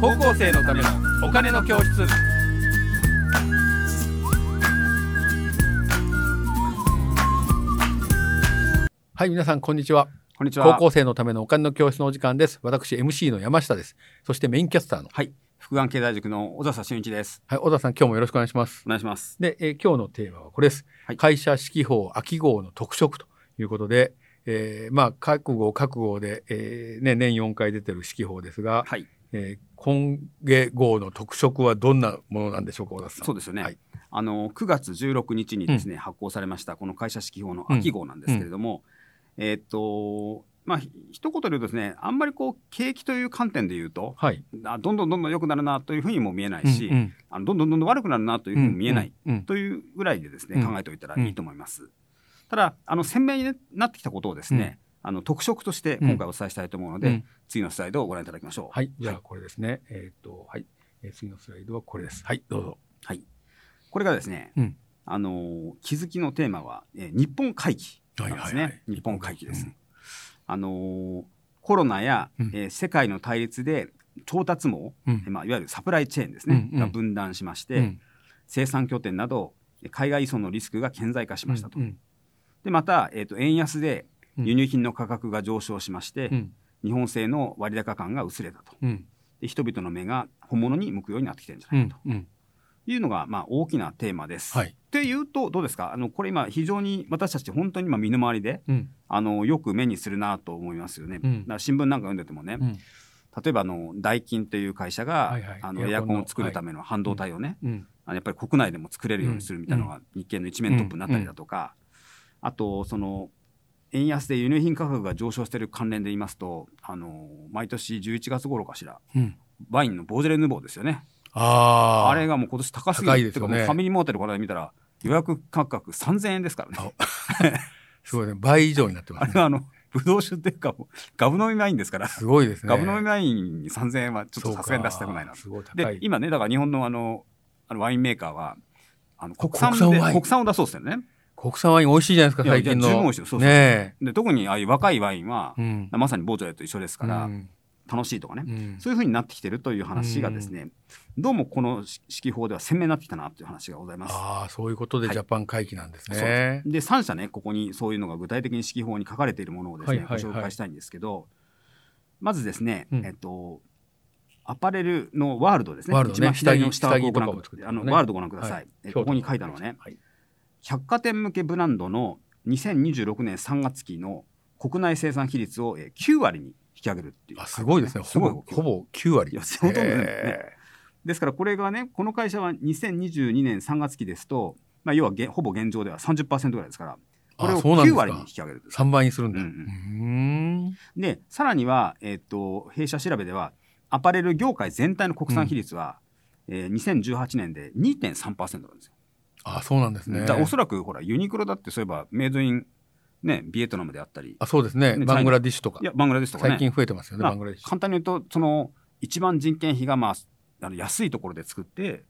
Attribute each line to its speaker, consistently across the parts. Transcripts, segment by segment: Speaker 1: 高校生のためのお金の教室はい皆さんこんにちは
Speaker 2: こんにちは。
Speaker 1: 高校生のためのお金の教室のお時間です私 MC の山下ですそしてメインキャスターの
Speaker 2: はい。福眼経済塾の小笹俊一です。
Speaker 1: はい小田さん今日もよろしくお願いします
Speaker 2: お願いします。
Speaker 1: で、えー今日のテーマはこれです。
Speaker 2: はい
Speaker 1: 会社指揮法秋号の特色ということで、えーまあ、覚悟覚悟で、えーね、年4回出てる指揮法ですが、
Speaker 2: はい。
Speaker 1: えー今下号の特色はどんなものなんでしょうか、小田さん。
Speaker 2: そうですよね。
Speaker 1: はい
Speaker 2: あの9月16日にですね、発行されましたこの会社指揮法の秋号なんですけれども、えーっとまあひ一言で言うとですね、あんまりこう景気という観点で言うと、
Speaker 1: はい。
Speaker 2: あどんどんどんどん良くなるなというふうにも見えないし、
Speaker 1: うんうん
Speaker 2: あのどんどんどんどん悪くなるなというふうにも見えない。
Speaker 1: うんうん
Speaker 2: というぐらいでですね、
Speaker 1: うん
Speaker 2: 考えておいたらいいと思います。ただあの鮮明になってきたことをですね、あの特色として今回お伝えしたいと思うので、
Speaker 1: うん
Speaker 2: 次のスライドをご覧いただきましょう。
Speaker 1: はい。じゃあ、これですね。えーっと、はい。えー次のスライドはこれです。はい、どうぞ。
Speaker 2: はい、これがですね、
Speaker 1: うん
Speaker 2: あのー気づきのテーマは、えー日本回帰なんですね、
Speaker 1: はいはいはい
Speaker 2: 日本回帰です。
Speaker 1: うん
Speaker 2: あのーコロナや、
Speaker 1: うん
Speaker 2: えー世界の対立で調達網、
Speaker 1: うん
Speaker 2: まあ、いわゆるサプライチェーンですね、
Speaker 1: うんうん
Speaker 2: が分断しまして、
Speaker 1: うん
Speaker 2: 生産拠点など海外依存のリスクが顕在化しましたと。
Speaker 1: うん
Speaker 2: でまた、えー、と円安で
Speaker 1: うん
Speaker 2: 輸入品の価格が上昇しまして、
Speaker 1: うん
Speaker 2: 日本製の割高感が薄れたと
Speaker 1: うん
Speaker 2: で人々の目が本物に向くようになってきてるんじゃ
Speaker 1: う
Speaker 2: ない
Speaker 1: ん
Speaker 2: か
Speaker 1: うん
Speaker 2: というのが、まあ、大きなテーマです。
Speaker 1: はい。
Speaker 2: っていうとどうですかあのこれ今非常に私たち本当に今身の回りで
Speaker 1: うん
Speaker 2: あのよく目にするなと思いますよね。
Speaker 1: うん
Speaker 2: だから新聞なんか読んでてもね、
Speaker 1: うん
Speaker 2: 例えばあのダイキンという会社が、
Speaker 1: はいはい
Speaker 2: あのエ
Speaker 1: エ
Speaker 2: ア
Speaker 1: ア
Speaker 2: コ
Speaker 1: コンの
Speaker 2: ンを作るための半導体をね、
Speaker 1: うん
Speaker 2: あのやっぱり国内でも作れるようにするみたいなのが日経の一面トップになったりだとか、あとその円安で輸入品価格が上昇している関連で言いますとあの毎年11月頃かしら
Speaker 1: うん
Speaker 2: ワインのボージョレ・ヌーボーですよね
Speaker 1: あ
Speaker 2: あ
Speaker 1: ー
Speaker 2: れがもう今年高すぎる
Speaker 1: 高いです
Speaker 2: と
Speaker 1: よ
Speaker 2: か
Speaker 1: ね
Speaker 2: もうファミリーモーテルから見たら予約価格3000円ですからね
Speaker 1: あすごいね。倍以上になってま
Speaker 2: あ
Speaker 1: す、ね
Speaker 2: れ。はあのブドウ酒っていうかもうガブ飲みワインですから、
Speaker 1: すごいですね。
Speaker 2: ガブ飲みワインに3000円はちょっと
Speaker 1: そうか
Speaker 2: さすがに出したくないな
Speaker 1: すごい高
Speaker 2: で
Speaker 1: い。
Speaker 2: 今ねだから日本のあのあのワインメーカーはあの国産
Speaker 1: 国産
Speaker 2: で国
Speaker 1: ワイ
Speaker 2: 産
Speaker 1: ン
Speaker 2: を出そうですよね
Speaker 1: 国産ワイン美味しいじゃないですか、
Speaker 2: いや
Speaker 1: 最近の。
Speaker 2: いや十分美味しいよそうそう
Speaker 1: ね
Speaker 2: で特にああいう若いワインは
Speaker 1: え。う、ん。
Speaker 2: まさにボージョレと一緒ですから、
Speaker 1: うん
Speaker 2: 楽しいとかね、
Speaker 1: うん
Speaker 2: そういうふうになってきてるという話がですね、どうもこの指揮法では鮮明になってきたなという話がございます。
Speaker 1: ああ、そういうことで
Speaker 2: はい
Speaker 1: ジャパン会議なんです
Speaker 2: そうで
Speaker 1: ね。
Speaker 2: すで3社ねここにそういうのが具体的に指揮法に書かれているものをですね、
Speaker 1: はいはいはい
Speaker 2: ご紹介したいんですけどまずですね、
Speaker 1: うん
Speaker 2: えっとアパレルのワールドですね
Speaker 1: ワールドね
Speaker 2: 一番左の
Speaker 1: 下
Speaker 2: 下
Speaker 1: 着
Speaker 2: をご覧
Speaker 1: 下着とかも作って
Speaker 2: あ
Speaker 1: るね
Speaker 2: のワールドご覧ください、
Speaker 1: はい
Speaker 2: えここに書いたのはね、
Speaker 1: はい。
Speaker 2: 百貨店向けブランドの2026年3月期の国内生産比率をえー9割に引き上げるっていう、
Speaker 1: あ、すごいですね。
Speaker 2: す
Speaker 1: ほ
Speaker 2: ご
Speaker 1: ぼ
Speaker 2: い、
Speaker 1: ほぼ9割。
Speaker 2: いやほとんどね
Speaker 1: へ
Speaker 2: ですからこれがねこの会社は2022年3月期ですと、まあ、要はげほぼ現状では30%ぐらいですから
Speaker 1: あ
Speaker 2: これを
Speaker 1: そうなんです
Speaker 2: 9
Speaker 1: か
Speaker 2: 割に引き上げる
Speaker 1: え。3倍にするんだ。
Speaker 2: う
Speaker 1: うんん。
Speaker 2: でさらには、えっと弊社調べではアパレル業界全体の国産比率は、えー、2018年で2.3%なんですよ、
Speaker 1: あ、そうなんですね。
Speaker 2: だからおそらくほらユニクロだってそういえばメイドイン、ね、ビエトナムであったり
Speaker 1: あ、そうですね。
Speaker 2: ね
Speaker 1: バングラディッシュとか
Speaker 2: い。やバングラデシュとかね
Speaker 1: 最近増えてますよね、
Speaker 2: まあ
Speaker 1: バングラディッシュ。
Speaker 2: 簡単に言うとその一番人件費が、まあ、あの安いところで作って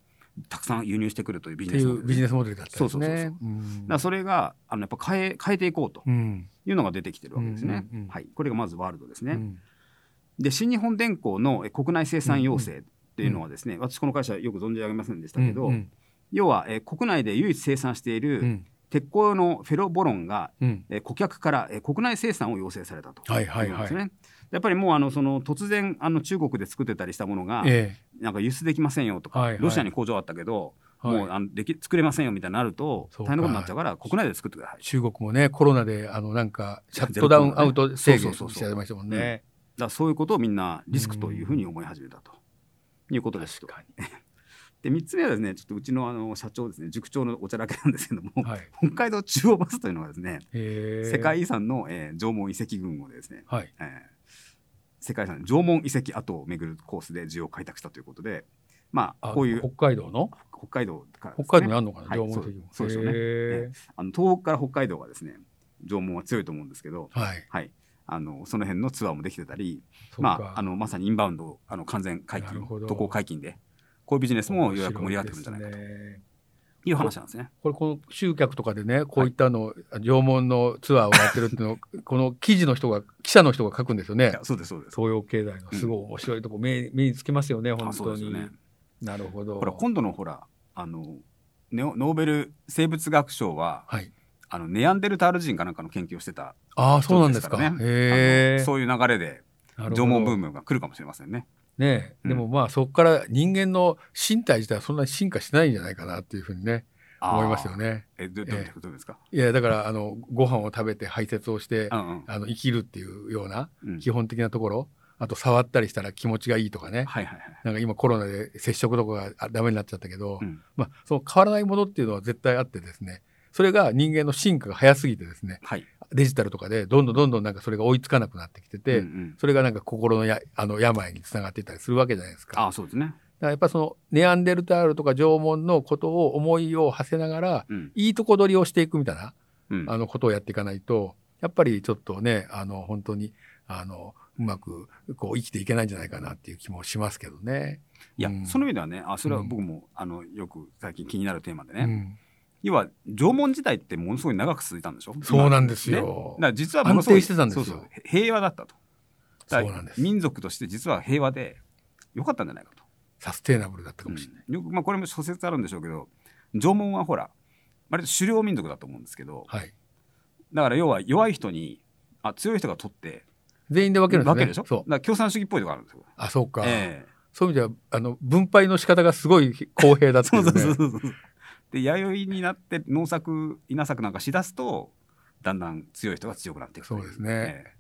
Speaker 2: たくさん輸入してくるというビ
Speaker 1: って
Speaker 2: ジネ
Speaker 1: い
Speaker 2: ス
Speaker 1: うビジネ
Speaker 2: ネス
Speaker 1: スモデルだったんです
Speaker 2: そうそう
Speaker 1: ね
Speaker 2: そう。
Speaker 1: うん
Speaker 2: だからそれがあのやっぱ変え変えていこうと
Speaker 1: うん。
Speaker 2: いうのが出てきてるわけですね、
Speaker 1: うんうんうん
Speaker 2: はい、これがまずワールドですね、
Speaker 1: うん
Speaker 2: で新日本電工のえ国内生産要請っていうのはですね、私この会社よく存じ上げませんでしたけど、
Speaker 1: うん
Speaker 2: 要はえ国内で唯一生産している、
Speaker 1: うん。
Speaker 2: 鉄鋼用のフェロボロンが
Speaker 1: うん。
Speaker 2: え顧客からえ国内生産を要請されたと
Speaker 1: はいはい
Speaker 2: いうこと
Speaker 1: は
Speaker 2: で
Speaker 1: い
Speaker 2: す。ねやっぱりもうあのその突然あの中国で作ってたりしたものが、
Speaker 1: え
Speaker 2: なんか輸出できませんよとか、
Speaker 1: はいはい
Speaker 2: ロシアに工場あったけど、
Speaker 1: え。はい
Speaker 2: もうあのでき作れませんよみたいになると
Speaker 1: そうか
Speaker 2: 大変なことになっちゃうから国内で作ってくださいだか
Speaker 1: 中国もね、コロナで、あの、なんか、シャットダウンアウト制
Speaker 2: そう
Speaker 1: 限
Speaker 2: そうそうそう
Speaker 1: してありましたもん
Speaker 2: うん
Speaker 1: ね。
Speaker 2: らそういうことをみんなリスクというふうに思い始めたということですと
Speaker 1: 確か
Speaker 2: で3つ目はですねちょっとうちのあの社長ですね塾長のおちゃらけなんですけども、
Speaker 1: に。はい。
Speaker 2: 北海道中央バスというのがですね、
Speaker 1: へー
Speaker 2: 世界遺産の、えー縄文遺跡群をですね、
Speaker 1: はい。
Speaker 2: えー世界遺産縄文遺跡跡を巡るコースで需要を開拓したということでまあ
Speaker 1: あ
Speaker 2: こういう
Speaker 1: 北海道の
Speaker 2: 北海道からですね、
Speaker 1: 北海道にあるのかな、
Speaker 2: はい
Speaker 1: 縄文的にも。
Speaker 2: そうそうでしょうね
Speaker 1: へ
Speaker 2: あの東北から北海道がですね縄文は強いと思うんですけど、
Speaker 1: ーはい。
Speaker 2: はい、あのその辺のツアーもできてたり、
Speaker 1: そう
Speaker 2: ま
Speaker 1: か
Speaker 2: あ、あのまさにインバウンドあの完全解
Speaker 1: なる
Speaker 2: 禁
Speaker 1: ほど
Speaker 2: 渡航解禁でこういうビジネスもようやく盛り上がってくるんじゃないかと。
Speaker 1: 面白いですね
Speaker 2: いう話なんですね。
Speaker 1: これこの集客とかでねこういったの、縄文のツアーをやってるっていうのをこの記事の人が記者の人が書くんですよ
Speaker 2: い
Speaker 1: ね
Speaker 2: やそうですそうです。
Speaker 1: 東洋経済のすごい面白いとこ、目に目につきますよね本
Speaker 2: あそう
Speaker 1: 当
Speaker 2: ですよ
Speaker 1: に、
Speaker 2: ね。
Speaker 1: なるほど
Speaker 2: ほら今度のほらあのネオノーベル生物学賞は
Speaker 1: はい
Speaker 2: あのネアンデルタール人かなんかの研究をしてた
Speaker 1: ああそうなんですか
Speaker 2: 人ですからね
Speaker 1: へ
Speaker 2: あの
Speaker 1: え
Speaker 2: そういう流れで
Speaker 1: なるほど
Speaker 2: 縄文ブームが来るかもしれませんね。
Speaker 1: ね
Speaker 2: うん
Speaker 1: でもまあそこから人間の身体自体はそんなに進化しないんじゃないかなっていうふうにね思いますよ
Speaker 2: ね。
Speaker 1: ね。
Speaker 2: えどどういうことですか、
Speaker 1: いやだからあのご飯を食べて排泄をして
Speaker 2: うんうん
Speaker 1: あの生きるっていうような
Speaker 2: うん
Speaker 1: 基本的なところあと触ったりしたら気持ちがいいとかね
Speaker 2: はいはいはい。
Speaker 1: なんか今コロナで接触とかがあダメになっちゃったけど、
Speaker 2: うん
Speaker 1: まあ、その変わらないものっていうのは絶対あってですねそれが人間の進化が早すぎてですね
Speaker 2: はい。
Speaker 1: デジタルとかでどんどんどんどんなんかそれが追いつかなくなってきてて、
Speaker 2: うんうん
Speaker 1: それがなんか心のやあの病につながっていったりするわけじゃないですか。
Speaker 2: ああそうですね。
Speaker 1: だからやっぱそのネアンデルタールとか縄文のことを思いを馳せながら
Speaker 2: うん
Speaker 1: いいとこ取りをしていくみたいな
Speaker 2: うん
Speaker 1: あのことをやっていかないとやっぱりちょっとねあの本当にあのうまくこう生きていけないんじゃないかなっていう気もしますけどね。
Speaker 2: いや、
Speaker 1: うん
Speaker 2: その意味ではねあそれは僕も、あのよく最近気になるテーマでね、
Speaker 1: うん
Speaker 2: 要は縄文時代ってものすごい長く続いたんでしょ
Speaker 1: そうなんんですよ。
Speaker 2: だから実はものすごい
Speaker 1: 安定してたんですよ
Speaker 2: そうそうへ平和だったとだ
Speaker 1: そう
Speaker 2: か
Speaker 1: なんで
Speaker 2: ら
Speaker 1: す
Speaker 2: 民族として実は平和で良かったんじゃないかと
Speaker 1: サステイナブルだったかもしれない。
Speaker 2: うんよくまあ、これも諸説あるんでしょうけど縄文はほら割と狩猟民族だと思うんですけど
Speaker 1: はい。
Speaker 2: だから要は弱い人にあ強い人が取って
Speaker 1: 全員で分けるんですね。
Speaker 2: わけでしょ
Speaker 1: そう
Speaker 2: だ。から共産主義っぽいとこあるんですよ。
Speaker 1: あ、そうか。
Speaker 2: ええ
Speaker 1: そういう意味ではあの分配の仕方がすごい公平だってい
Speaker 2: そうう
Speaker 1: ね。
Speaker 2: そうそうそうそう。で弥生になって農作稲作なんかしだすとだんだん強い人が強くなっていくとい
Speaker 1: そうですね
Speaker 2: ええ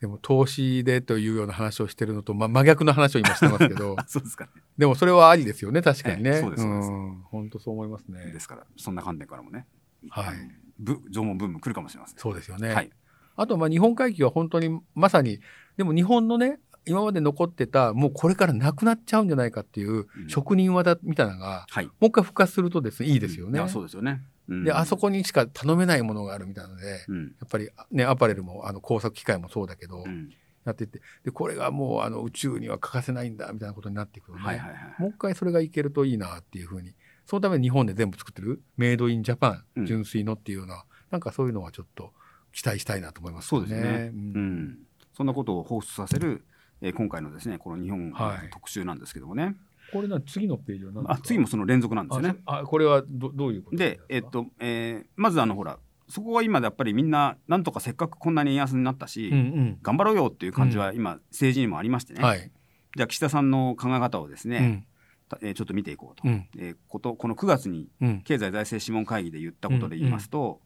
Speaker 1: でも投資でというような話をしてるのと、ま、真逆の話を今してますけ ど
Speaker 2: あそうですかね。
Speaker 1: でもそれはありですよね確かにね、
Speaker 2: ええそうですそうです
Speaker 1: ん本当そう思いますね
Speaker 2: ですからそんな観点からもね、
Speaker 1: はい
Speaker 2: ぶ縄文ブーム来るかもしれません。
Speaker 1: そうですよね、
Speaker 2: はい。
Speaker 1: あとまあ日本回帰は本当にまさにでも日本のね今まで残ってたもうこれからなくなっちゃうんじゃないかっていう職人技みたいなのが、
Speaker 2: はい。
Speaker 1: もう一回復活するとですねいいですよね、
Speaker 2: いやそうですよね。うん
Speaker 1: であそ。こにしか頼めないものがあるみたいなので、や
Speaker 2: うん。
Speaker 1: っぱりねアパレルもあの工作機械もそうだけど、
Speaker 2: うん
Speaker 1: やっていってでこれがもうあの宇宙には欠かせないんだみたいなことになっていくるね、
Speaker 2: はいはいはい。
Speaker 1: もう一回それがいけるといいなっていうふうにそのために日本で全部作ってるメイドインジャパ
Speaker 2: うん
Speaker 1: ン純粋のっていうような、なんかそういうのはちょっと期待したいなと思います
Speaker 2: そうですね
Speaker 1: うん
Speaker 2: うん。そんなことを放出させる、えー今回のですねこの日本
Speaker 1: はい
Speaker 2: 特集なんですけどもね。
Speaker 1: これな次のページは何ですか
Speaker 2: あ次もその連続なんですよね。
Speaker 1: あそあこれはどどういうことなん
Speaker 2: で、え
Speaker 1: す
Speaker 2: っ
Speaker 1: か
Speaker 2: とえーまずあのほらそこは今やっぱりみんななんとかせっかくこんなに円安になったし、
Speaker 1: うんうん
Speaker 2: 頑張ろうよっていう感じは今政治にもありましてね、
Speaker 1: はい、
Speaker 2: じゃあ岸田さんの考え方をですね、たえーちょっと見ていこうと、
Speaker 1: うんうん
Speaker 2: えーことこの9月に
Speaker 1: うん
Speaker 2: 経済財政諮問会議で言ったことで言いますと、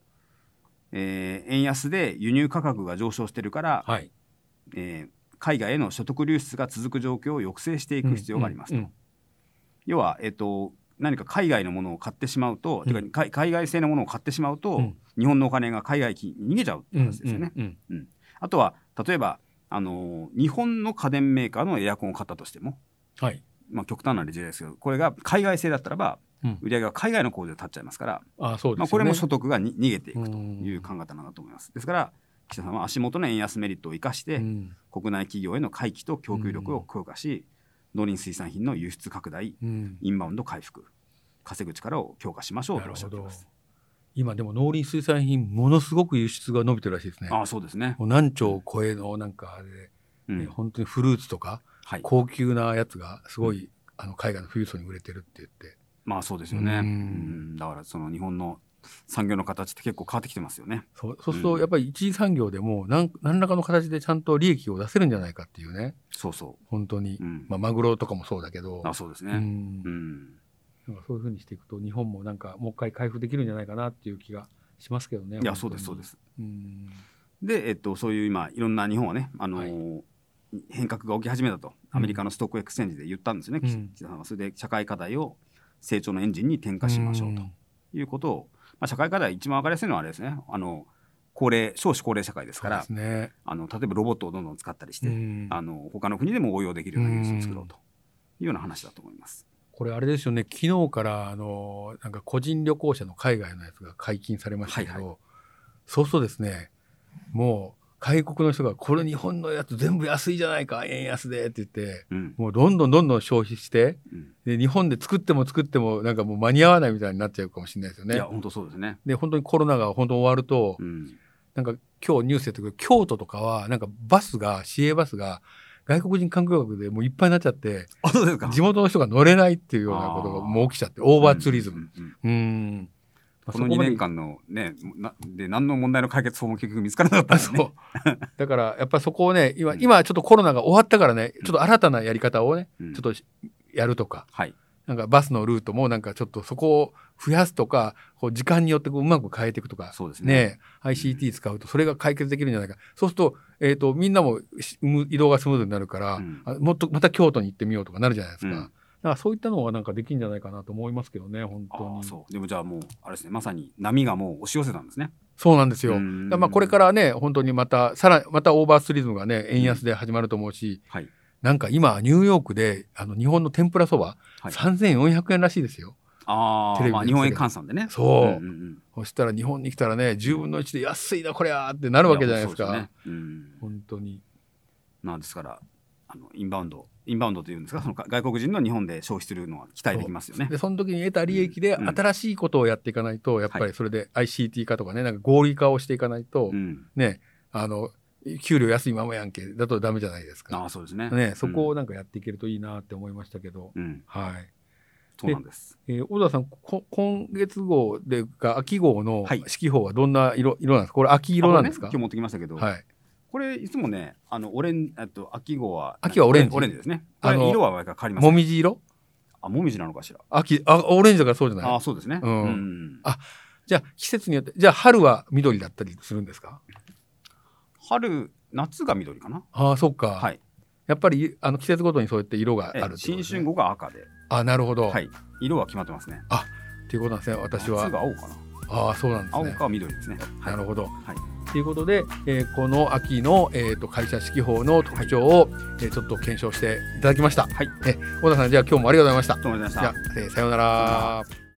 Speaker 2: えー円安で輸入価格が上昇してるから、
Speaker 1: はい
Speaker 2: えー海外への所得流出が続く状況を抑制していく必要がありますと、
Speaker 1: うんうん
Speaker 2: 要は、えっと何か海外のものを買ってしまうと、
Speaker 1: うん
Speaker 2: てか海海外製のものを買ってしまうと、
Speaker 1: うん
Speaker 2: 日本のお金が海外に逃げちゃうって
Speaker 1: うん
Speaker 2: 話ですよね。
Speaker 1: うん
Speaker 2: あとは例えば、あのー日本の家電メーカーのエアコンを買ったとしても、
Speaker 1: はい、
Speaker 2: まあ、極端な例ですけどこれが海外製だったらば
Speaker 1: うん
Speaker 2: 売り上げが海外の工場で立っちゃいますから、
Speaker 1: あそうですよね、
Speaker 2: まあ、これも所得がに逃げていくと
Speaker 1: と
Speaker 2: いう考え方なんだと思います。ですから岸田さんは足元の円安メリットを生かして、
Speaker 1: うん
Speaker 2: 国内企業への回帰と供給力を強化し、農林水産品の輸出拡大
Speaker 1: うん
Speaker 2: インバウンド回復稼ぐ力を強化しましょう
Speaker 1: な
Speaker 2: とお
Speaker 1: る
Speaker 2: っし
Speaker 1: ほ
Speaker 2: ゃってい
Speaker 1: ど
Speaker 2: ます。
Speaker 1: 今でも農林水産品ものすごく輸出が伸びてるらしいですね。
Speaker 2: ああそうですね、
Speaker 1: もう何兆を超えのなんかあれで、
Speaker 2: う
Speaker 1: ね
Speaker 2: ん
Speaker 1: 本当にフルーツとか
Speaker 2: はい、
Speaker 1: 高級なやつがすごい、あの海外の富裕層に売れてるって言って
Speaker 2: まあそうですよね、
Speaker 1: うん
Speaker 2: うんだからその日本の産業の形って結構変わってきてますよね。
Speaker 1: そうそうする
Speaker 2: う
Speaker 1: と
Speaker 2: ん
Speaker 1: やっぱり一次産業でも何何らかの形でちゃんと利益を出せるんじゃないかっていうね
Speaker 2: そうそ
Speaker 1: 本当に
Speaker 2: う、、うん
Speaker 1: まあ、マグロとかもそうだけど、
Speaker 2: あそうです
Speaker 1: う
Speaker 2: ね、
Speaker 1: ん
Speaker 2: うん
Speaker 1: なんかそういうふうにしていくと日本もなんかもう一回回復できるんじゃないかなっていう気がしますけどね。
Speaker 2: いや
Speaker 1: 本
Speaker 2: そう
Speaker 1: 当
Speaker 2: で
Speaker 1: に
Speaker 2: すそうで。す。
Speaker 1: うん
Speaker 2: で、えっと、そういう今いろんな日本はね、あのー変革が起き始めたとアメリカのストックエクスチェンジで言ったんですよね、
Speaker 1: うん
Speaker 2: 岸田さんはそれで社会課題を成長のエンジンに転化しましょうと。
Speaker 1: ん
Speaker 2: いうことを、まあ、社会課題一番分かりやすいのはあれですねあの高齢少子高齢社会です
Speaker 1: そ
Speaker 2: か
Speaker 1: うで
Speaker 2: ら
Speaker 1: すね。
Speaker 2: あの例えばロボットをどんどん使ったりして、
Speaker 1: うん
Speaker 2: あの他の国でも応用できるような技術を作ろ
Speaker 1: う
Speaker 2: う
Speaker 1: ん
Speaker 2: というような話だと思います。
Speaker 1: これあれですよね昨日からあのなんか個人旅行者の海外のやつが解禁されましたけど、
Speaker 2: はい
Speaker 1: そうするとですねもう外国の人が、これ日本のやつ全部安いじゃないか、円安でって言って、
Speaker 2: うん
Speaker 1: もうどんどんどんどん消費して、
Speaker 2: うん
Speaker 1: で日本で作っても作ってもなんかもう間に合わないみたいになっちゃうかもしれないですよ
Speaker 2: い
Speaker 1: ね
Speaker 2: や。本当そうですね。
Speaker 1: で、本当にコロナが本当終わると、
Speaker 2: うん
Speaker 1: なんか今日ニュースやってるけど、京都とかはなんかバスが、市営バスが外国人観光客でもういっぱいになっちゃって、
Speaker 2: あそうですか。
Speaker 1: 地元の人が乗れないっていうようなことがもう起きちゃって、オーバーツーリズム。
Speaker 2: うんうんうん
Speaker 1: うん。ん
Speaker 2: この2年間のねなで何の問題の解決法も結局見つからなか
Speaker 1: あ
Speaker 2: ったん
Speaker 1: そ
Speaker 2: で、ね、
Speaker 1: う。 だから、やっぱそこをね、今、
Speaker 2: うん
Speaker 1: 今ちょっとコロナが終わったからね、ちょっと新たなやり方をね、
Speaker 2: うん
Speaker 1: ちょっとしやるとか、
Speaker 2: はい
Speaker 1: なんかバスのルートもなんかちょっとそこを増やすとか、こう時間によってこううまく変えていくとか、
Speaker 2: そうですね
Speaker 1: ねえ、ICT 使うとそれが解決できるんじゃないか。そうすると、えっ、と、みんなもしむ移動がスムーズになるから、
Speaker 2: うん
Speaker 1: あもっとまた京都に行ってみようとかなるじゃないですか。
Speaker 2: うん
Speaker 1: だからそういったのはなんかできるんじゃないかなと思いますけどね、本
Speaker 2: あ
Speaker 1: 当
Speaker 2: ー
Speaker 1: に。そう
Speaker 2: そうでもじゃあもうあれですねまさに波がもう押し寄せたんですね。
Speaker 1: なんですよ。だからまあこれかららね、本当にまた、さら、またオーバーツーリズムがね、円安で始まると思うし、
Speaker 2: はい
Speaker 1: なんか今、ニューヨークで、あの、日本の天ぷらそば、
Speaker 2: はい
Speaker 1: 3400円らしいですよ。
Speaker 2: あ
Speaker 1: テレビで
Speaker 2: ーまあ日本円換算でね。
Speaker 1: そう
Speaker 2: うんうんうん
Speaker 1: そしたら日本に来たらね、10分の1で安いな、こりゃーってなるわけじゃないですか。
Speaker 2: やそうですねうん
Speaker 1: 本当に。
Speaker 2: まあですからあのインバウンドインバウンドというんですかそのか外国人の日本で消費するのは期待できますよね
Speaker 1: で、。その時に得た利益で
Speaker 2: うん
Speaker 1: 新しいことをやっていかないと、やっぱ
Speaker 2: は
Speaker 1: りそれで ICT 化とかね、なんか合理化をしていかないと、
Speaker 2: うん、
Speaker 1: ね、あの、給料安いままやんけ、だとダメじゃないです
Speaker 2: あ
Speaker 1: か。
Speaker 2: あそうですね。
Speaker 1: ね、そこをなんかやっていけるといいなって思いましたけど。
Speaker 2: うん、うん
Speaker 1: はい。
Speaker 2: そうなんです。
Speaker 1: えー小田さん、こ今月号でか、秋号の
Speaker 2: はい
Speaker 1: 四季報はどんな色色なんですかこれ秋色なんですか、
Speaker 2: あこれね今日持ってきましたけど、
Speaker 1: はい。
Speaker 2: これいつもねあのオレンあと秋号は
Speaker 1: 秋はオレンジ
Speaker 2: オレンジですね。
Speaker 1: あ
Speaker 2: あ
Speaker 1: の
Speaker 2: の色は毎回変わります
Speaker 1: も。みじ色
Speaker 2: あもみじなのかしら。
Speaker 1: 秋、あ、オレンジだからそうじゃな
Speaker 2: あ
Speaker 1: い
Speaker 2: あそうですね。
Speaker 1: うん
Speaker 2: うん
Speaker 1: あじゃあ季節によって、じゃあ春は緑だったりするんですか
Speaker 2: 春夏が緑かな。
Speaker 1: ああ、そっか。
Speaker 2: はい。
Speaker 1: やっぱりあの季節ごとにそうやって色があるってこと
Speaker 2: え
Speaker 1: ですね
Speaker 2: 新春後が赤で、
Speaker 1: あなるほど、
Speaker 2: は
Speaker 1: とい、
Speaker 2: い。色は決まってますね。
Speaker 1: っていうことなんですね私は
Speaker 2: 夏が青かな。
Speaker 1: ああそうなんです
Speaker 2: 青
Speaker 1: ね
Speaker 2: か緑ですね。
Speaker 1: なるほど、
Speaker 2: はい
Speaker 1: ということで、えーこの秋の、えー、と会社四季報の特徴を、えーちょっと検証していただきました、
Speaker 2: はい。
Speaker 1: え小田さんじゃあ今日もありがとうございました
Speaker 2: どうもありがとうございました
Speaker 1: じゃ。あ、えーさような
Speaker 2: さような
Speaker 1: ら